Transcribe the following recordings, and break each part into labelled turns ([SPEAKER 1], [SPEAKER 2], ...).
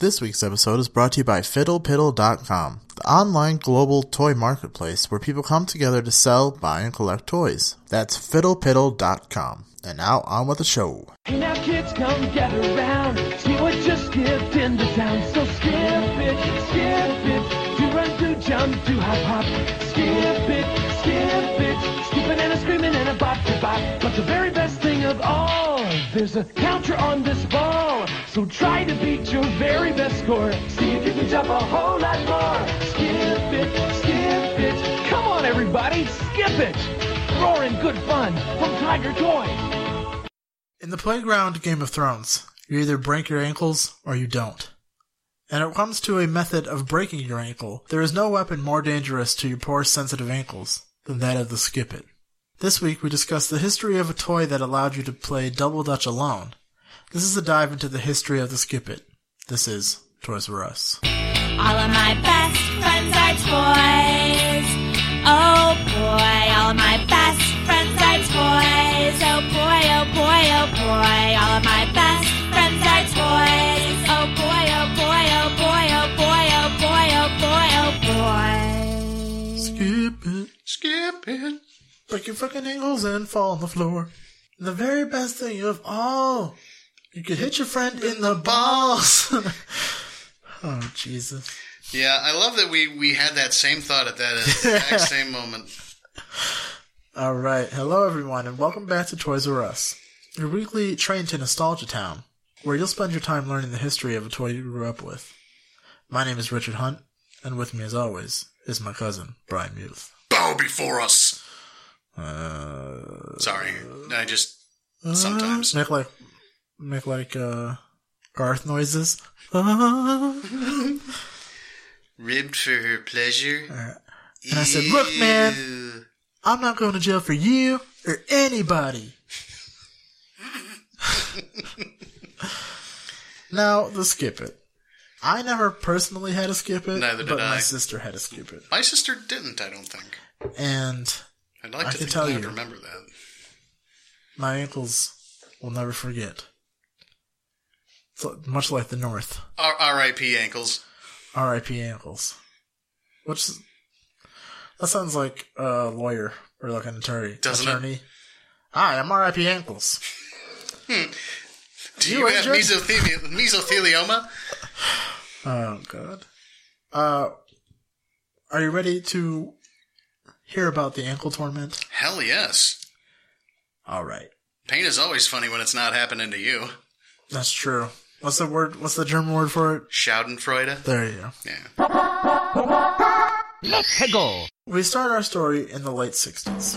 [SPEAKER 1] This week's episode is brought to you by FiddlePiddle.com, the online global toy marketplace where people come together to sell, buy, and collect toys. That's FiddlePiddle.com. And now on with the show.
[SPEAKER 2] Now kids, come gather round. See what just skipped into town. So skip it, skip it. Do run, do jump, do hop, hop. Skip it, skip it. Skipping and a screaming and a bop, to bop. But the very best thing of all, there's a counter on this ball. So try to beat your very best score. See if you can jump a whole lot more. Skip it, skip it. Come on, everybody, skip it. Roaring good fun from Tiger Toys.
[SPEAKER 1] In the playground Game of Thrones, you either break your ankles or you don't. And it comes to a method of breaking your ankle, there is no weapon more dangerous to your poor sensitive ankles than that of the skip it. This week we discuss the history of a toy that allowed you to play Double Dutch alone. This is a dive into the history of the skip it. This is Toys R Us.
[SPEAKER 3] All of my best friends are toys. Oh boy, all of my best friends are toys. Oh boy, oh boy, oh boy, all of my best friends are toys. Oh boy, oh boy, oh boy, oh boy, oh boy, oh boy, oh boy.
[SPEAKER 1] Skip it, skip it. Break your fucking ankles and fall on the floor. The very best thing of all, you could hit your friend in the balls. oh, Jesus.
[SPEAKER 4] Yeah, I love that we we had that same thought at that exact same moment.
[SPEAKER 1] All right. Hello, everyone, and welcome back to Toys R Us, your weekly train to Nostalgia Town, where you'll spend your time learning the history of a toy you grew up with. My name is Richard Hunt, and with me, as always, is my cousin, Brian Muth.
[SPEAKER 4] Bow before us.
[SPEAKER 1] Uh,
[SPEAKER 4] Sorry, I just sometimes.
[SPEAKER 1] Make like, make like, uh, Garth noises. Ah.
[SPEAKER 4] Ribbed for her pleasure.
[SPEAKER 1] And I said, "Look, man."
[SPEAKER 4] Ew.
[SPEAKER 1] I'm not going to jail for you or anybody. now, the skip it. I never personally had a skip it,
[SPEAKER 4] Neither did
[SPEAKER 1] but my
[SPEAKER 4] I.
[SPEAKER 1] sister had a skip it.
[SPEAKER 4] My sister didn't, I don't think.
[SPEAKER 1] And
[SPEAKER 4] I'd like
[SPEAKER 1] I
[SPEAKER 4] to
[SPEAKER 1] can
[SPEAKER 4] think
[SPEAKER 1] tell
[SPEAKER 4] that I'd
[SPEAKER 1] you.
[SPEAKER 4] remember that.
[SPEAKER 1] my ankles will never forget. So, much like the North.
[SPEAKER 4] R- R.I.P. ankles.
[SPEAKER 1] R.I.P. ankles. Which, is- that sounds like a lawyer or like an attorney.
[SPEAKER 4] Doesn't it?
[SPEAKER 1] attorney. Hi, I'm R.I.P. ankles.
[SPEAKER 4] Do
[SPEAKER 1] You
[SPEAKER 4] you, have
[SPEAKER 1] injured?
[SPEAKER 4] mesotheli- mesothelioma?
[SPEAKER 1] Oh god. Uh are you ready to hear about the ankle torment?
[SPEAKER 4] Hell yes.
[SPEAKER 1] All right.
[SPEAKER 4] Pain is always funny when it's not happening to you.
[SPEAKER 1] That's true. What's the word what's the German word for it?
[SPEAKER 4] Schadenfreude.
[SPEAKER 1] There you go.
[SPEAKER 4] Yeah.
[SPEAKER 1] We start our story in the late 60s,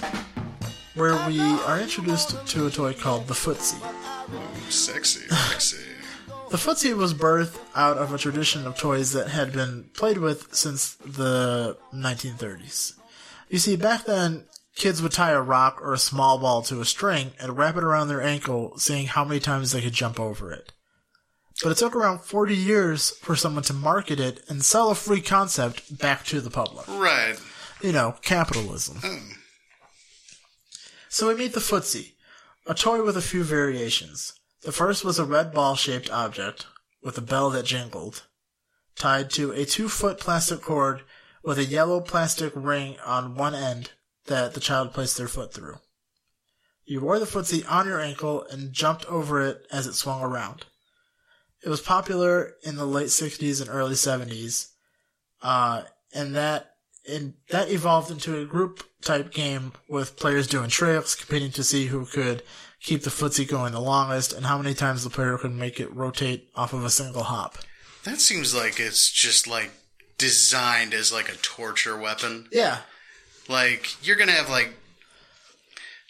[SPEAKER 1] where we are introduced to a toy called the footsie.
[SPEAKER 4] Sexy, sexy.
[SPEAKER 1] The footsie was birthed out of a tradition of toys that had been played with since the 1930s. You see, back then, kids would tie a rock or a small ball to a string and wrap it around their ankle, seeing how many times they could jump over it. But it took around 40 years for someone to market it and sell a free concept back to the public.
[SPEAKER 4] right.
[SPEAKER 1] You know, capitalism. So we meet the footsie, a toy with a few variations. The first was a red ball shaped object with a bell that jingled, tied to a two foot plastic cord with a yellow plastic ring on one end that the child placed their foot through. You wore the footsie on your ankle and jumped over it as it swung around. It was popular in the late 60s and early 70s, uh, and that and that evolved into a group type game with players doing tricks, competing to see who could keep the footsie going the longest, and how many times the player could make it rotate off of a single hop.
[SPEAKER 4] That seems like it's just like designed as like a torture weapon.
[SPEAKER 1] Yeah,
[SPEAKER 4] like you're gonna have like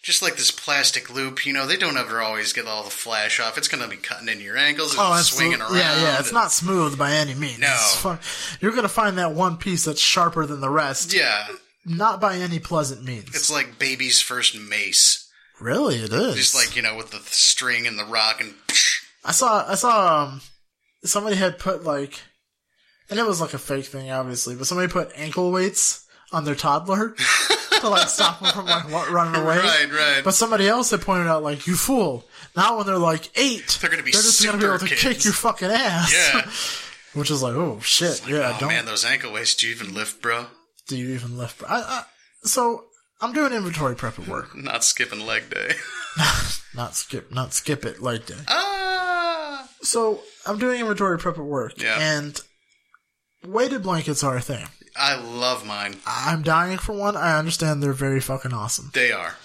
[SPEAKER 4] just like this plastic loop you know they don't ever always get all the flash off it's gonna be cutting into your ankles and swinging around
[SPEAKER 1] absolutely. Oh, Yeah, yeah. It's
[SPEAKER 4] and-
[SPEAKER 1] not smooth by any means.
[SPEAKER 4] No.
[SPEAKER 1] It's fun. You're gonna find that one piece that's sharper than the rest.
[SPEAKER 4] yeah
[SPEAKER 1] Not by any pleasant means.
[SPEAKER 4] it's like baby's first mace
[SPEAKER 1] really, it is.
[SPEAKER 4] just like you know with the th- string and the rock and
[SPEAKER 1] I saw I saw um somebody had put like and it was like a fake thing obviously, but somebody put ankle weights on their toddler to like stop them from like wa- running away.
[SPEAKER 4] Right, right.
[SPEAKER 1] But somebody else had pointed out like you fool. Now when they're like eight,
[SPEAKER 4] They're gonna be
[SPEAKER 1] just gonna be
[SPEAKER 4] super
[SPEAKER 1] able to
[SPEAKER 4] kids.
[SPEAKER 1] kick your fucking ass.
[SPEAKER 4] yeah
[SPEAKER 1] which is like, oh shit, yeah,
[SPEAKER 4] oh
[SPEAKER 1] don't
[SPEAKER 4] man, those ankle weights. Do you even lift, bro?
[SPEAKER 1] do you even lift? I, I, so I'm doing inventory prep at work,
[SPEAKER 4] I'm not skipping leg day.
[SPEAKER 1] not skip, not skip it like day.
[SPEAKER 4] ah.
[SPEAKER 1] So I'm doing inventory prep at work,
[SPEAKER 4] Yeah.
[SPEAKER 1] and weighted blankets are a thing.
[SPEAKER 4] I love mine.
[SPEAKER 1] I'm dying for one. I understand they're very fucking awesome.
[SPEAKER 4] They are.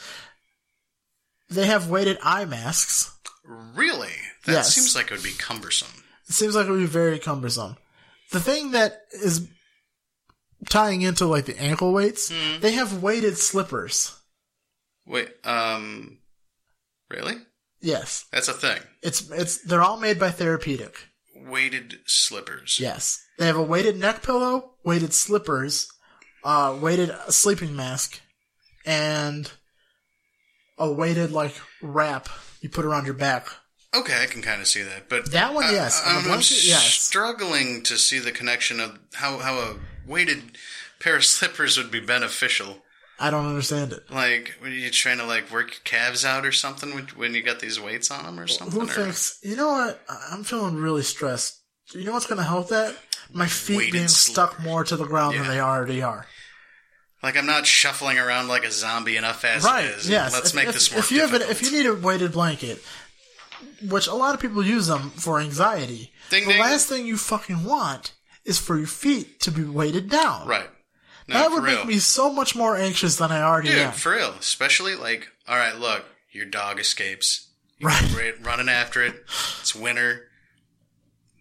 [SPEAKER 1] They have weighted eye masks.
[SPEAKER 4] Really? That
[SPEAKER 1] Yes.
[SPEAKER 4] seems like it would be cumbersome.
[SPEAKER 1] It seems like it would be very cumbersome. The thing that is tying into like the ankle weights, they have weighted slippers.
[SPEAKER 4] Wait, um really?
[SPEAKER 1] Yes,
[SPEAKER 4] That's a thing.
[SPEAKER 1] it's it's they're all made by Therapeutic.
[SPEAKER 4] Weighted slippers.
[SPEAKER 1] Yes, they have a weighted neck pillow, weighted slippers, uh, weighted sleeping mask, and a weighted like wrap you put around your back.
[SPEAKER 4] Okay, I can kind of see that, but
[SPEAKER 1] That one,
[SPEAKER 4] I-
[SPEAKER 1] yes.
[SPEAKER 4] I,
[SPEAKER 1] On the
[SPEAKER 4] am
[SPEAKER 1] blanket, yes.
[SPEAKER 4] struggling to see the connection of how how a weighted pair of slippers would be beneficial.
[SPEAKER 1] I don't understand it.
[SPEAKER 4] Like, were you trying to like work your calves out or something when- when you got these weights on them or something?
[SPEAKER 1] Who
[SPEAKER 4] or
[SPEAKER 1] thinks? You know what? I- I'm feeling really stressed. You know what's going to help that? My feet
[SPEAKER 4] Weighted
[SPEAKER 1] being stuck
[SPEAKER 4] slippers.
[SPEAKER 1] more to the ground
[SPEAKER 4] Yeah.
[SPEAKER 1] than they already are.
[SPEAKER 4] like I'm not shuffling around like a zombie enough as
[SPEAKER 1] Right?
[SPEAKER 4] it is.
[SPEAKER 1] Yes.
[SPEAKER 4] Let's
[SPEAKER 1] If-
[SPEAKER 4] make
[SPEAKER 1] if-
[SPEAKER 4] this more
[SPEAKER 1] If you have,
[SPEAKER 4] difficult.
[SPEAKER 1] an, if you need a weighted blanket, which a lot of people use them for anxiety,
[SPEAKER 4] Ding,
[SPEAKER 1] the
[SPEAKER 4] ding.
[SPEAKER 1] last thing you fucking want is for your feet to be weighted down.
[SPEAKER 4] right. No,
[SPEAKER 1] that
[SPEAKER 4] for
[SPEAKER 1] would
[SPEAKER 4] real.
[SPEAKER 1] make me so much more anxious than I already
[SPEAKER 4] Dude,
[SPEAKER 1] am.
[SPEAKER 4] for real. Especially like, all right, look, your dog escapes. You're
[SPEAKER 1] Right.
[SPEAKER 4] ra- running after it. It's winter.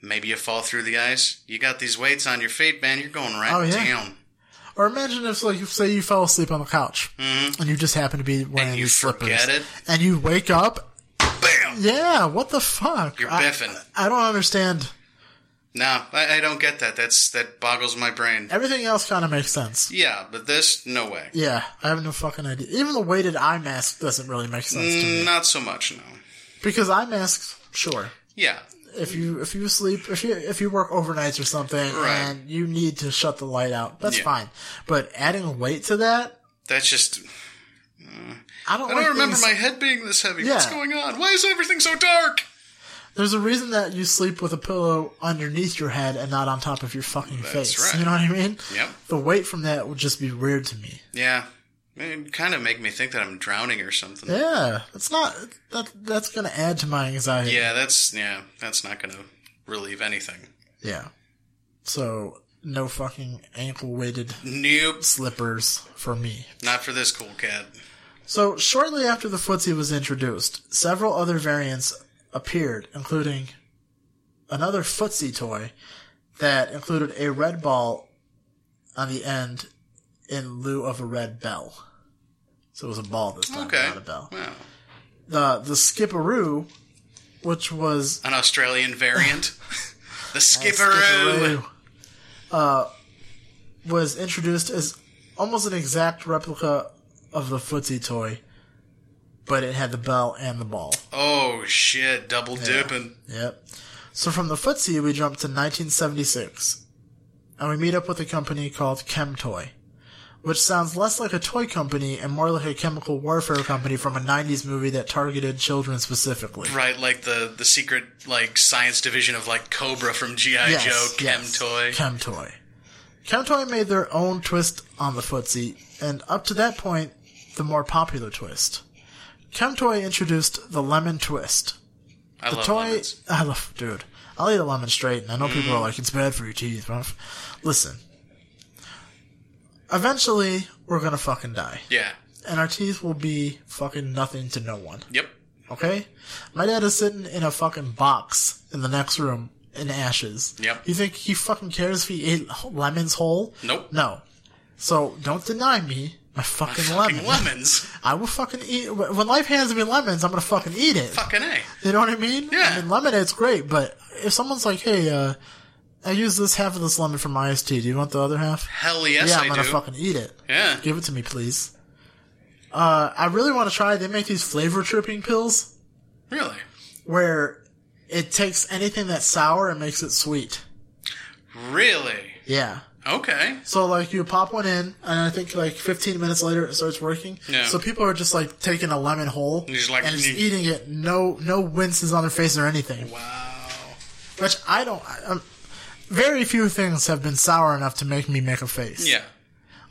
[SPEAKER 4] Maybe you fall through the ice. You got these weights on your feet, man. You're going right
[SPEAKER 1] Oh, yeah.
[SPEAKER 4] down.
[SPEAKER 1] Or imagine if, like, say you fell asleep on the couch and you just happen to be wearing
[SPEAKER 4] Mm-hmm. you
[SPEAKER 1] these slippers,
[SPEAKER 4] forget it.
[SPEAKER 1] and you wake up.
[SPEAKER 4] Bam!
[SPEAKER 1] Yeah, what the fuck?
[SPEAKER 4] You're
[SPEAKER 1] I-
[SPEAKER 4] biffing.
[SPEAKER 1] I don't understand.
[SPEAKER 4] No, I, I don't get that. That's that boggles my brain.
[SPEAKER 1] Everything else kind of makes sense.
[SPEAKER 4] Yeah, but this, no way.
[SPEAKER 1] Yeah, I have no fucking idea. Even the weighted eye mask doesn't really make sense to me
[SPEAKER 4] Not so much, Mm, no.
[SPEAKER 1] because eye masks, sure.
[SPEAKER 4] Yeah,
[SPEAKER 1] If you if you sleep if you if you work overnights or something
[SPEAKER 4] Right.
[SPEAKER 1] and you need to shut the light out, that's
[SPEAKER 4] Yeah.
[SPEAKER 1] fine. But adding weight to that,
[SPEAKER 4] that's just.
[SPEAKER 1] I don't.
[SPEAKER 4] I
[SPEAKER 1] like
[SPEAKER 4] don't remember
[SPEAKER 1] things-
[SPEAKER 4] my head being this heavy. What's
[SPEAKER 1] Yeah.
[SPEAKER 4] going on? Why is everything so dark?
[SPEAKER 1] There's a reason that you sleep with a pillow underneath your head and not on top of your fucking face.
[SPEAKER 4] right.
[SPEAKER 1] You know what I mean?
[SPEAKER 4] Yep.
[SPEAKER 1] The weight from that would just be weird to me.
[SPEAKER 4] Yeah, it kind of make me think that I'm drowning or something.
[SPEAKER 1] Yeah, it's not that. That's gonna add to my anxiety.
[SPEAKER 4] Yeah, that's yeah, that's not going to relieve anything.
[SPEAKER 1] Yeah. So no fucking ankle weighted
[SPEAKER 4] Nope,
[SPEAKER 1] slippers for me.
[SPEAKER 4] not for this cool cat.
[SPEAKER 1] So shortly after the footsie was introduced, several other variants appeared, including another footsie toy that included a red ball on the end in lieu of a red bell. So it was a ball this time,
[SPEAKER 4] Okay,
[SPEAKER 1] not a bell.
[SPEAKER 4] wow,
[SPEAKER 1] The the skipperoo, which was
[SPEAKER 4] an Australian variant, the
[SPEAKER 1] Skipperoo,
[SPEAKER 4] Skipperoo.
[SPEAKER 1] Uh, was introduced as almost an exact replica of the footsie toy, but it had the bell and the ball.
[SPEAKER 4] Oh shit, double dipping.
[SPEAKER 1] Yep. So from the footsie, we jump to 1976, and we meet up with a company called Chemtoy, which sounds less like a toy company and more like a chemical warfare company from a 90s movie that targeted children specifically.
[SPEAKER 4] Right, like the the secret like science division of like Cobra from GI Joe, Chem Toy.
[SPEAKER 1] Chemtoy. Chemtoy made their own twist on the footsie, and up to that point, the more popular twist. Chemtoy introduced the lemon twist.
[SPEAKER 4] I
[SPEAKER 1] The
[SPEAKER 4] love
[SPEAKER 1] toy,
[SPEAKER 4] lemons. Mm.
[SPEAKER 1] I love, dude. I'll eat a lemon straight, and I know people are like, it's bad for your teeth. But I'm f- listen, eventually we're gonna fucking die,
[SPEAKER 4] Yeah.
[SPEAKER 1] and our teeth will be fucking nothing to no one.
[SPEAKER 4] Yep.
[SPEAKER 1] Okay? My dad is sitting in a fucking box in the next room in ashes.
[SPEAKER 4] Yep.
[SPEAKER 1] You think he fucking cares if he ate lemons whole?
[SPEAKER 4] Nope.
[SPEAKER 1] No. So don't deny me my fucking,
[SPEAKER 4] Fucking
[SPEAKER 1] lemon.
[SPEAKER 4] lemons.
[SPEAKER 1] I will fucking eat. wh- When life hands me lemons, I'm gonna fucking eat it.
[SPEAKER 4] Fucking a.
[SPEAKER 1] You know what I mean?
[SPEAKER 4] Yeah.
[SPEAKER 1] I mean, lemonade's great, but if someone's like, hey, uh, I use this half of this lemon for my iced tea, do you want the other half?
[SPEAKER 4] Hell yes,
[SPEAKER 1] yeah,
[SPEAKER 4] I
[SPEAKER 1] I'm gonna
[SPEAKER 4] do.
[SPEAKER 1] fucking eat it.
[SPEAKER 4] Yeah.
[SPEAKER 1] Give it to me, please. Uh, I really want to try. They make these flavor tripping pills
[SPEAKER 4] Really.
[SPEAKER 1] where it takes anything that's sour and makes it sweet.
[SPEAKER 4] Really.
[SPEAKER 1] Yeah.
[SPEAKER 4] Okay.
[SPEAKER 1] So like you pop one in, and I think like 15 minutes later it starts working.
[SPEAKER 4] Yeah.
[SPEAKER 1] So people are just like taking a lemon whole
[SPEAKER 4] just like,
[SPEAKER 1] and just
[SPEAKER 4] "Mm."
[SPEAKER 1] eating it, no no winces on their face or anything.
[SPEAKER 4] Wow.
[SPEAKER 1] Which I don't. I, um, very few things have been sour enough to make me make a face.
[SPEAKER 4] Yeah.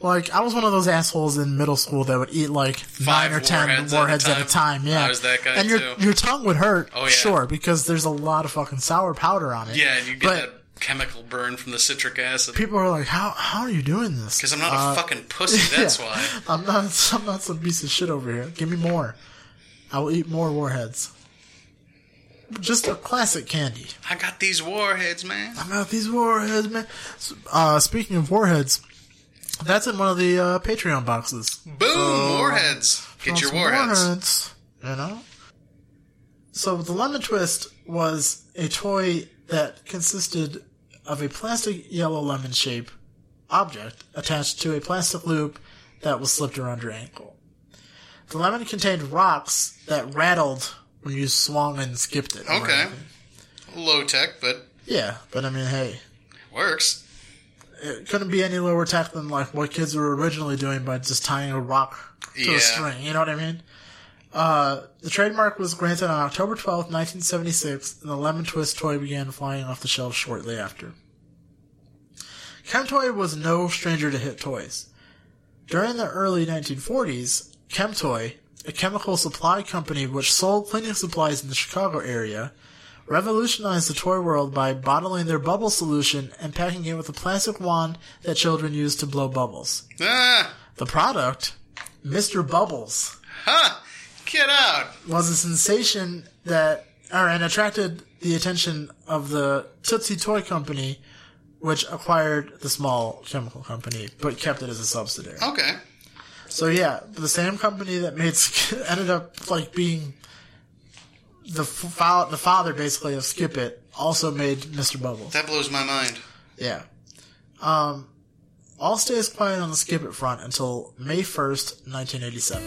[SPEAKER 1] Like, I was one of those assholes in middle school that would eat like nine or ten
[SPEAKER 4] warheads
[SPEAKER 1] warheads,
[SPEAKER 4] at a
[SPEAKER 1] at, a
[SPEAKER 4] time.
[SPEAKER 1] time. Yeah.
[SPEAKER 4] I was that guy,
[SPEAKER 1] and your,
[SPEAKER 4] too.
[SPEAKER 1] your tongue would hurt.
[SPEAKER 4] Oh, yeah.
[SPEAKER 1] Sure, because there's a lot of fucking sour powder on it.
[SPEAKER 4] Yeah, and you get
[SPEAKER 1] but
[SPEAKER 4] that chemical burn from the citric acid.
[SPEAKER 1] people are like, how, how are you doing this?
[SPEAKER 4] Because I'm not
[SPEAKER 1] Uh,
[SPEAKER 4] a fucking pussy, that's
[SPEAKER 1] yeah.
[SPEAKER 4] why.
[SPEAKER 1] I'm not, I'm not some piece of shit over here. Give me more. I will eat more warheads. Just a classic candy.
[SPEAKER 4] I got these warheads, man.
[SPEAKER 1] I'm out these warheads, man. S- Uh, speaking of warheads, that's in one of the uh, Patreon boxes.
[SPEAKER 4] Boom! warheads! Get
[SPEAKER 1] Want
[SPEAKER 4] your
[SPEAKER 1] Uh, some
[SPEAKER 4] warheads.
[SPEAKER 1] warheads, You know? So the Lemon Twist was a toy that consisted of a plastic yellow lemon shape object attached to a plastic loop that was slipped around your ankle. The lemon contained rocks that rattled when you swung and skipped it. around.
[SPEAKER 4] Okay. Low tech, but
[SPEAKER 1] Yeah, but I mean, hey,
[SPEAKER 4] works.
[SPEAKER 1] it couldn't be any lower tech than like what kids were originally doing by just tying a rock to
[SPEAKER 4] Yeah.
[SPEAKER 1] a string. You know what I mean? Uh, the trademark was granted on October twelfth, nineteen 1976, and the Lemon Twist toy began flying off the shelves shortly after. Chemtoy was no stranger to hit toys. During the early 1940s, Chemtoy, a chemical supply company which sold cleaning supplies in the Chicago area, revolutionized the toy world by bottling their bubble solution and packing it with a plastic wand that children used to blow bubbles.
[SPEAKER 4] Ah!
[SPEAKER 1] The product, Mr. Bubbles,
[SPEAKER 4] Huh! Get out!
[SPEAKER 1] was a sensation that or, and attracted the attention of the Tootsie Toy Company, which acquired the small chemical company but kept it as a subsidiary.
[SPEAKER 4] Okay.
[SPEAKER 1] So yeah, the same company that made Sk- ended up like being the f- fa- the father basically of Skip It also made Mr. Bubbles.
[SPEAKER 4] That blows my mind.
[SPEAKER 1] Yeah. Um, all stays quiet on the Skip It front until May 1st, 1987,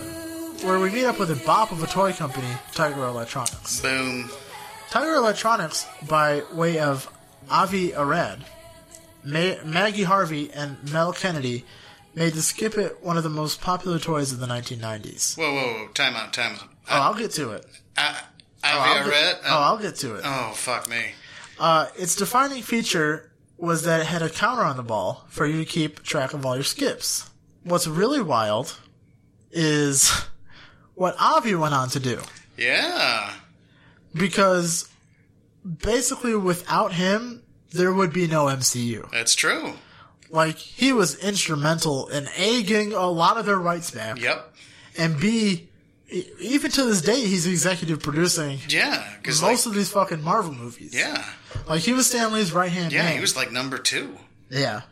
[SPEAKER 1] where we meet up with a bop of a toy company, Tiger Electronics.
[SPEAKER 4] Boom.
[SPEAKER 1] Tiger Electronics, by way of Avi Arad, Ma- Maggie Harvey, and Mel Kennedy, made the Skip It one of the most popular toys of the 1990s.
[SPEAKER 4] Whoa, whoa, whoa. Time out, time out. Uh,
[SPEAKER 1] Oh, I'll get to it.
[SPEAKER 4] I,
[SPEAKER 1] Oh,
[SPEAKER 4] I,
[SPEAKER 1] I'll
[SPEAKER 4] I
[SPEAKER 1] get-
[SPEAKER 4] read.
[SPEAKER 1] oh, I'll get to it.
[SPEAKER 4] oh, fuck me.
[SPEAKER 1] Uh, its defining feature was that it had a counter on the ball for you to keep track of all your skips. What's really wild is what Avi went on to do.
[SPEAKER 4] Yeah.
[SPEAKER 1] Because basically, without him, there would be no MCU.
[SPEAKER 4] That's true.
[SPEAKER 1] Like, he was instrumental in A, getting a lot of their rights back,
[SPEAKER 4] Yep.
[SPEAKER 1] and B, e- even to this day, he's executive producing
[SPEAKER 4] Yeah. Because,
[SPEAKER 1] most
[SPEAKER 4] like,
[SPEAKER 1] of these fucking Marvel movies.
[SPEAKER 4] yeah.
[SPEAKER 1] Like, he was Stan Lee's right hand
[SPEAKER 4] Yeah,
[SPEAKER 1] man.
[SPEAKER 4] he was like number two.
[SPEAKER 1] Yeah.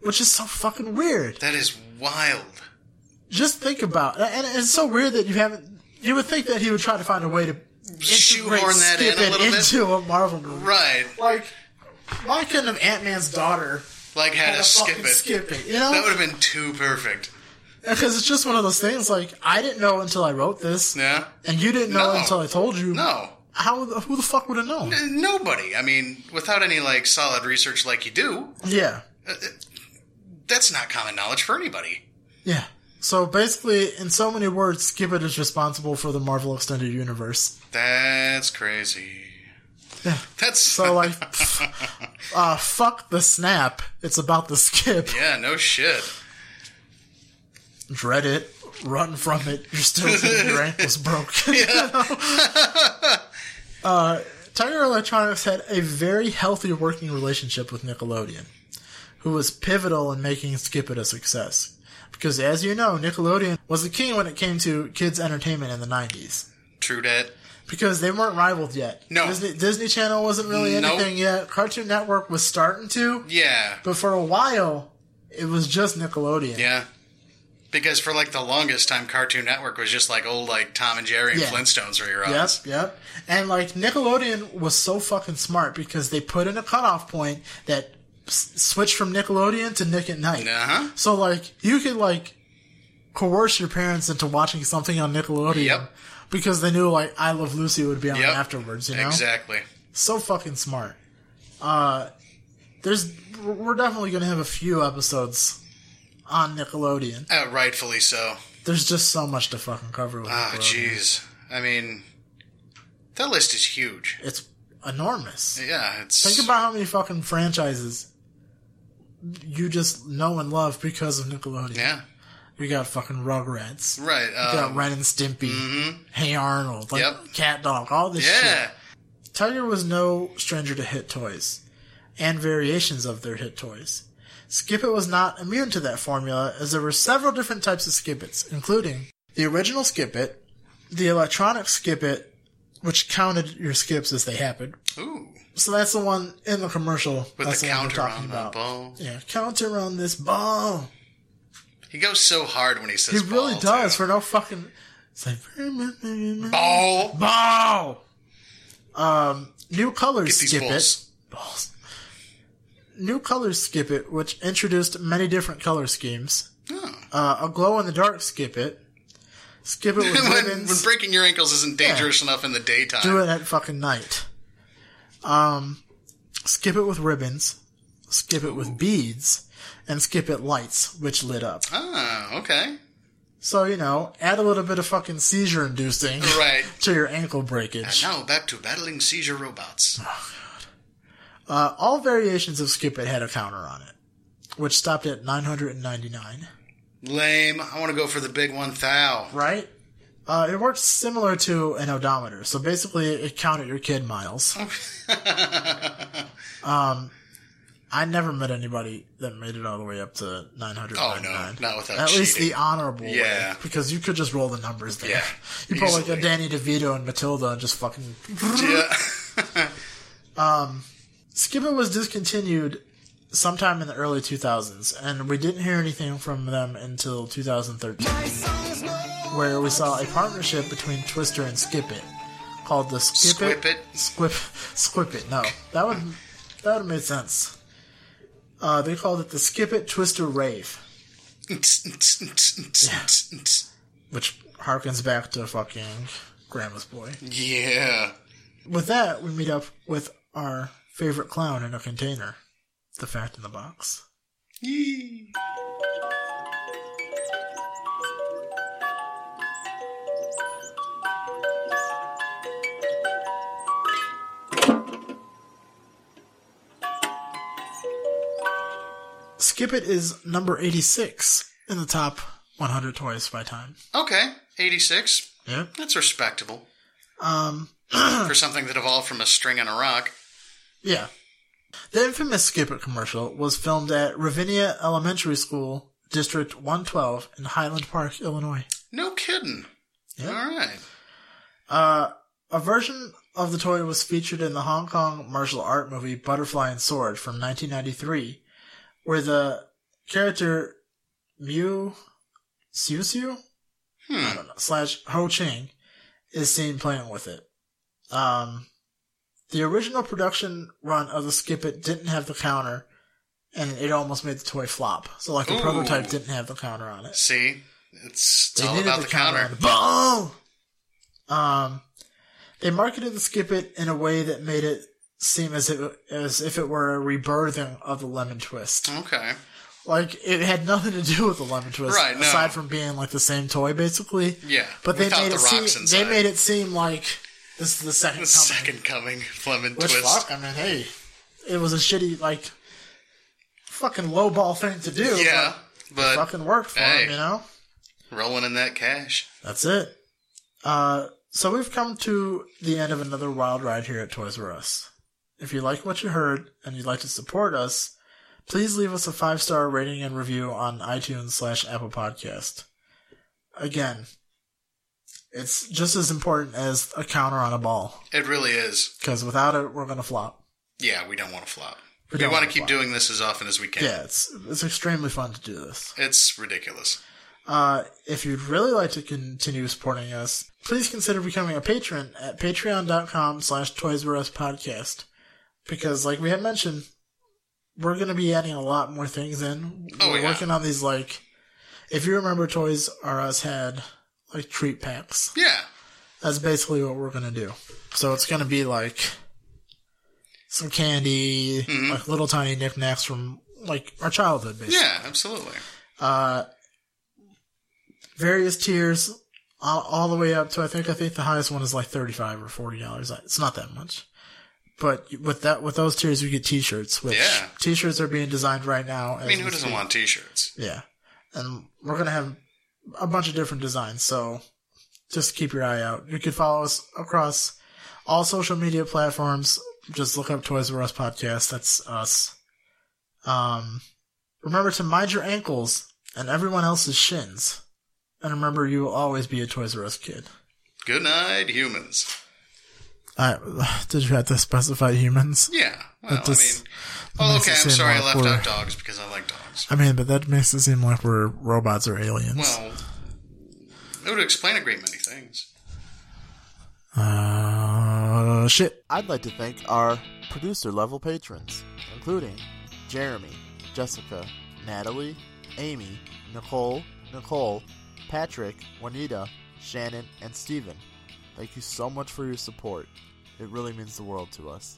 [SPEAKER 1] Which is so fucking weird.
[SPEAKER 4] That is wild.
[SPEAKER 1] Just think about and and it's so weird that you haven't you would think that he would try to find a way to
[SPEAKER 4] Shoehorn
[SPEAKER 1] integrate
[SPEAKER 4] that in a
[SPEAKER 1] Skip It
[SPEAKER 4] little bit.
[SPEAKER 1] into a Marvel movie.
[SPEAKER 4] Right.
[SPEAKER 1] Like why couldn't have Ant Man's daughter
[SPEAKER 4] Like, had
[SPEAKER 1] had
[SPEAKER 4] to
[SPEAKER 1] a
[SPEAKER 4] skip
[SPEAKER 1] fucking
[SPEAKER 4] it.
[SPEAKER 1] skip it? You
[SPEAKER 4] That
[SPEAKER 1] know?
[SPEAKER 4] would have been too perfect.
[SPEAKER 1] Because it's just one of those things like I didn't know until I wrote this.
[SPEAKER 4] Yeah.
[SPEAKER 1] And you didn't know
[SPEAKER 4] No.
[SPEAKER 1] until I told you.
[SPEAKER 4] No.
[SPEAKER 1] How the- who the fuck would have known?
[SPEAKER 4] Uh, Nobody. I mean, without any, like, solid research like you do, uh,
[SPEAKER 1] Yeah.
[SPEAKER 4] that's not common knowledge for anybody.
[SPEAKER 1] Yeah. So basically, in so many words, Skip It is responsible for the Marvel Extended Universe.
[SPEAKER 4] That's crazy. That's
[SPEAKER 1] So like, pff, uh, fuck the snap. It's about the skip.
[SPEAKER 4] yeah, no shit.
[SPEAKER 1] Dread it. Run from it. You're still thinking your ankle's broken. You know? uh, Tiger Electronics had a very healthy working relationship with Nickelodeon, who was pivotal in making Skip It a success. Because as you know, Nickelodeon was the king when it came to kids' entertainment in the 90s.
[SPEAKER 4] True dat.
[SPEAKER 1] because they weren't rivaled yet.
[SPEAKER 4] No.
[SPEAKER 1] Disney, Disney Channel wasn't really
[SPEAKER 4] Nope.
[SPEAKER 1] anything yet. Cartoon Network was starting to,
[SPEAKER 4] Yeah,
[SPEAKER 1] but for a while, it was just Nickelodeon.
[SPEAKER 4] yeah. Because for like the longest time, Cartoon Network was just like old like Tom and Jerry and
[SPEAKER 1] Yeah.
[SPEAKER 4] Flintstones were your
[SPEAKER 1] Yep,
[SPEAKER 4] eyes.
[SPEAKER 1] yep. And like Nickelodeon was so fucking smart because they put in a cutoff point that s- switched from Nickelodeon to Nick at Night.
[SPEAKER 4] Uh huh.
[SPEAKER 1] So like you could like coerce your parents into watching something on Nickelodeon
[SPEAKER 4] Yep.
[SPEAKER 1] because they knew like I Love Lucy would be on
[SPEAKER 4] Yep.
[SPEAKER 1] afterwards. You know
[SPEAKER 4] Exactly.
[SPEAKER 1] so fucking smart. Uh, there's we're definitely gonna have a few episodes on Nickelodeon.
[SPEAKER 4] Uh, rightfully so.
[SPEAKER 1] There's just so much to fucking cover with.
[SPEAKER 4] Ah,
[SPEAKER 1] Nickelodeon.
[SPEAKER 4] jeez. I mean, that list is huge.
[SPEAKER 1] it's enormous.
[SPEAKER 4] Yeah, it's
[SPEAKER 1] Think about how many fucking franchises you just know and love because of Nickelodeon.
[SPEAKER 4] Yeah.
[SPEAKER 1] You got fucking Rugrats.
[SPEAKER 4] Right.
[SPEAKER 1] You got
[SPEAKER 4] Um,
[SPEAKER 1] Ren and Stimpy. Hey Arnold. Like
[SPEAKER 4] Mm-hmm. Yep.
[SPEAKER 1] Cat Dog. All this shit.
[SPEAKER 4] yeah.
[SPEAKER 1] Tiger was no stranger to hit toys and variations of their hit toys. Skip It was not immune to that formula, as there were several different types of Skip Its, including the original Skip It, the electronic Skip It, which counted your skips as they happened.
[SPEAKER 4] Ooh.
[SPEAKER 1] So that's the one in the commercial.
[SPEAKER 4] With
[SPEAKER 1] that's
[SPEAKER 4] the
[SPEAKER 1] one we're
[SPEAKER 4] counter on
[SPEAKER 1] talking
[SPEAKER 4] the ball.
[SPEAKER 1] Yeah, counter on this ball.
[SPEAKER 4] He goes so hard when he
[SPEAKER 1] He
[SPEAKER 4] says
[SPEAKER 1] really
[SPEAKER 4] ball,
[SPEAKER 1] does
[SPEAKER 4] too.
[SPEAKER 1] for no fucking. It's like
[SPEAKER 4] ball.
[SPEAKER 1] ball. Um, new colors.
[SPEAKER 4] Get these
[SPEAKER 1] Skip It.
[SPEAKER 4] balls.
[SPEAKER 1] Balls. New colors skip it, which introduced many different color schemes.
[SPEAKER 4] Oh.
[SPEAKER 1] Uh, a glow in the dark skip it. Skip it with
[SPEAKER 4] when, when
[SPEAKER 1] ribbons.
[SPEAKER 4] breaking your ankles isn't dangerous enough in the daytime.
[SPEAKER 1] Do it at fucking night. Um, skip it with ribbons. Skip it with beads. And skip it lights, which lit up.
[SPEAKER 4] Ah, okay.
[SPEAKER 1] So, you know, add a little bit of fucking seizure inducing
[SPEAKER 4] Right.
[SPEAKER 1] to your ankle
[SPEAKER 4] And
[SPEAKER 1] breakage.
[SPEAKER 4] now back to battling seizure robots.
[SPEAKER 1] Uh, all variations of skip it had a counter on it, which stopped at 999.
[SPEAKER 4] Lame. I want to go for the big one thou.
[SPEAKER 1] right? Uh, it worked similar to an odometer, so basically it counted your kid miles. Um, I never met anybody that made it all the way up to 999.
[SPEAKER 4] Oh, no, not without
[SPEAKER 1] At least
[SPEAKER 4] cheating.
[SPEAKER 1] the honorable
[SPEAKER 4] Yeah.
[SPEAKER 1] way, because you could just roll the numbers there.
[SPEAKER 4] Yeah,
[SPEAKER 1] you put like a
[SPEAKER 4] easily.
[SPEAKER 1] Danny DeVito and Matilda and just fucking...
[SPEAKER 4] yeah.
[SPEAKER 1] Skip It was discontinued sometime in the early 2000s, and we didn't hear anything from them until 2013, where we saw a partnership between Twister and Skip It called the Skip
[SPEAKER 4] Squip It.
[SPEAKER 1] Squip, Squip It. No, that would that would make sense. Uh, they called it the Skip It Twister Rave, which harkens back to fucking Grandma's Boy.
[SPEAKER 4] yeah.
[SPEAKER 1] With that, we meet up with our favorite clown in a container, the Fact in the Box.
[SPEAKER 4] Yee.
[SPEAKER 1] Skip It is number 86 in the top 100 toys by time.
[SPEAKER 4] Okay. 86.
[SPEAKER 1] Yeah.
[SPEAKER 4] That's respectable.
[SPEAKER 1] Um,
[SPEAKER 4] For something that evolved from a string and a rock.
[SPEAKER 1] yeah. The infamous Skip It commercial was filmed at Ravinia Elementary School, District 112 in Highland Park, Illinois.
[SPEAKER 4] No kidding.
[SPEAKER 1] Yeah.
[SPEAKER 4] All right.
[SPEAKER 1] Uh, a version of the toy was featured in the Hong Kong martial art movie Butterfly and Sword from 1993, where the character Mew Siu Siu I don't know, slash Ho Ching is seen playing with it. Um, the original production run of the Skip It didn't have the counter, and it almost made the toy flop. So, like, the
[SPEAKER 4] Ooh.
[SPEAKER 1] prototype didn't have the counter on it.
[SPEAKER 4] See? It's, it's
[SPEAKER 1] They
[SPEAKER 4] all
[SPEAKER 1] needed
[SPEAKER 4] about the, counter.
[SPEAKER 1] on the- Boom! Um, they marketed the Skip It in a way that made it seem as if, as if it were a rebirthing of the Lemon Twist.
[SPEAKER 4] Okay.
[SPEAKER 1] Like, it had nothing to do with the Lemon Twist,
[SPEAKER 4] Right, no.
[SPEAKER 1] aside from being, like, the same toy, basically.
[SPEAKER 4] Yeah.
[SPEAKER 1] But they
[SPEAKER 4] Without
[SPEAKER 1] made,
[SPEAKER 4] the
[SPEAKER 1] it
[SPEAKER 4] rocks
[SPEAKER 1] seem,
[SPEAKER 4] inside.
[SPEAKER 1] they made it seem like this is the second coming.
[SPEAKER 4] The second coming, Fleming
[SPEAKER 1] Which
[SPEAKER 4] Twist.
[SPEAKER 1] fuck, I mean, hey, it was a shitty like fucking lowball thing to do.
[SPEAKER 4] Yeah,
[SPEAKER 1] but
[SPEAKER 4] but
[SPEAKER 1] fucking worked for 'em,
[SPEAKER 4] Hey.
[SPEAKER 1] you know.
[SPEAKER 4] rolling in that cash.
[SPEAKER 1] That's it. Uh, so we've come to the end of another wild ride here at Toys R Us. If you like what you heard and you'd like to support us, please leave us a five star rating and review on iTunes slash Apple Podcast. Again, it's just as important as a counter on a ball
[SPEAKER 4] It really is.
[SPEAKER 1] because without it, we're gonna flop.
[SPEAKER 4] Yeah, we don't want to flop.
[SPEAKER 1] We
[SPEAKER 4] We,
[SPEAKER 1] don't
[SPEAKER 4] want
[SPEAKER 1] wanna
[SPEAKER 4] to keep
[SPEAKER 1] flop.
[SPEAKER 4] doing this as often as we can.
[SPEAKER 1] Yeah, it's it's extremely fun to do this.
[SPEAKER 4] It's ridiculous.
[SPEAKER 1] Uh, if you'd really like to continue supporting us, please consider becoming a patron at patreon.com slash Toys R Us podcast. Because, like we had mentioned, we're going to be adding a lot more things in.
[SPEAKER 4] Oh,
[SPEAKER 1] we're
[SPEAKER 4] yeah.
[SPEAKER 1] working on these, like, if you remember, Toys R Us had, like, treat packs.
[SPEAKER 4] Yeah.
[SPEAKER 1] That's basically what we're going to do. So it's going to be, like, some candy,
[SPEAKER 4] Mm-hmm.
[SPEAKER 1] like, little tiny knickknacks from, like, our childhood, basically
[SPEAKER 4] Yeah, absolutely.
[SPEAKER 1] uh, various tiers, all, all the way up to I think I think the highest one is like thirty five or forty dollars. It's not that much, But with that, with those tiers, you get T-shirts. Which
[SPEAKER 4] Yeah.
[SPEAKER 1] T-shirts are being designed right now.
[SPEAKER 4] I mean, who doesn't want T-shirts?
[SPEAKER 1] Yeah, and we're gonna have a bunch of different designs. So just keep your eye out. You can follow us across all social media platforms. Just look up Toys R Us podcast. That's us. Um, remember to mind your ankles and everyone else's shins. And remember, you will always be a Toys R Us kid.
[SPEAKER 4] Good night, humans.
[SPEAKER 1] I, did you have to specify humans?
[SPEAKER 4] Yeah. Well,
[SPEAKER 1] That just
[SPEAKER 4] I mean, oh,
[SPEAKER 1] makes
[SPEAKER 4] okay.
[SPEAKER 1] it
[SPEAKER 4] I'm
[SPEAKER 1] seem
[SPEAKER 4] sorry I
[SPEAKER 1] like
[SPEAKER 4] left
[SPEAKER 1] we're-
[SPEAKER 4] out dogs because I like dogs.
[SPEAKER 1] I mean, but that makes it seem like we're robots or aliens.
[SPEAKER 4] Well, it would explain a great many things.
[SPEAKER 1] uh, shit.
[SPEAKER 5] I'd like to thank our producer level patrons, including Jeremy, Jessica, Natalie, Amy, Nicole, Nicole, Patrick, Juanita, Shannon, and Steven. Thank you so much for your support. It really means the world to us.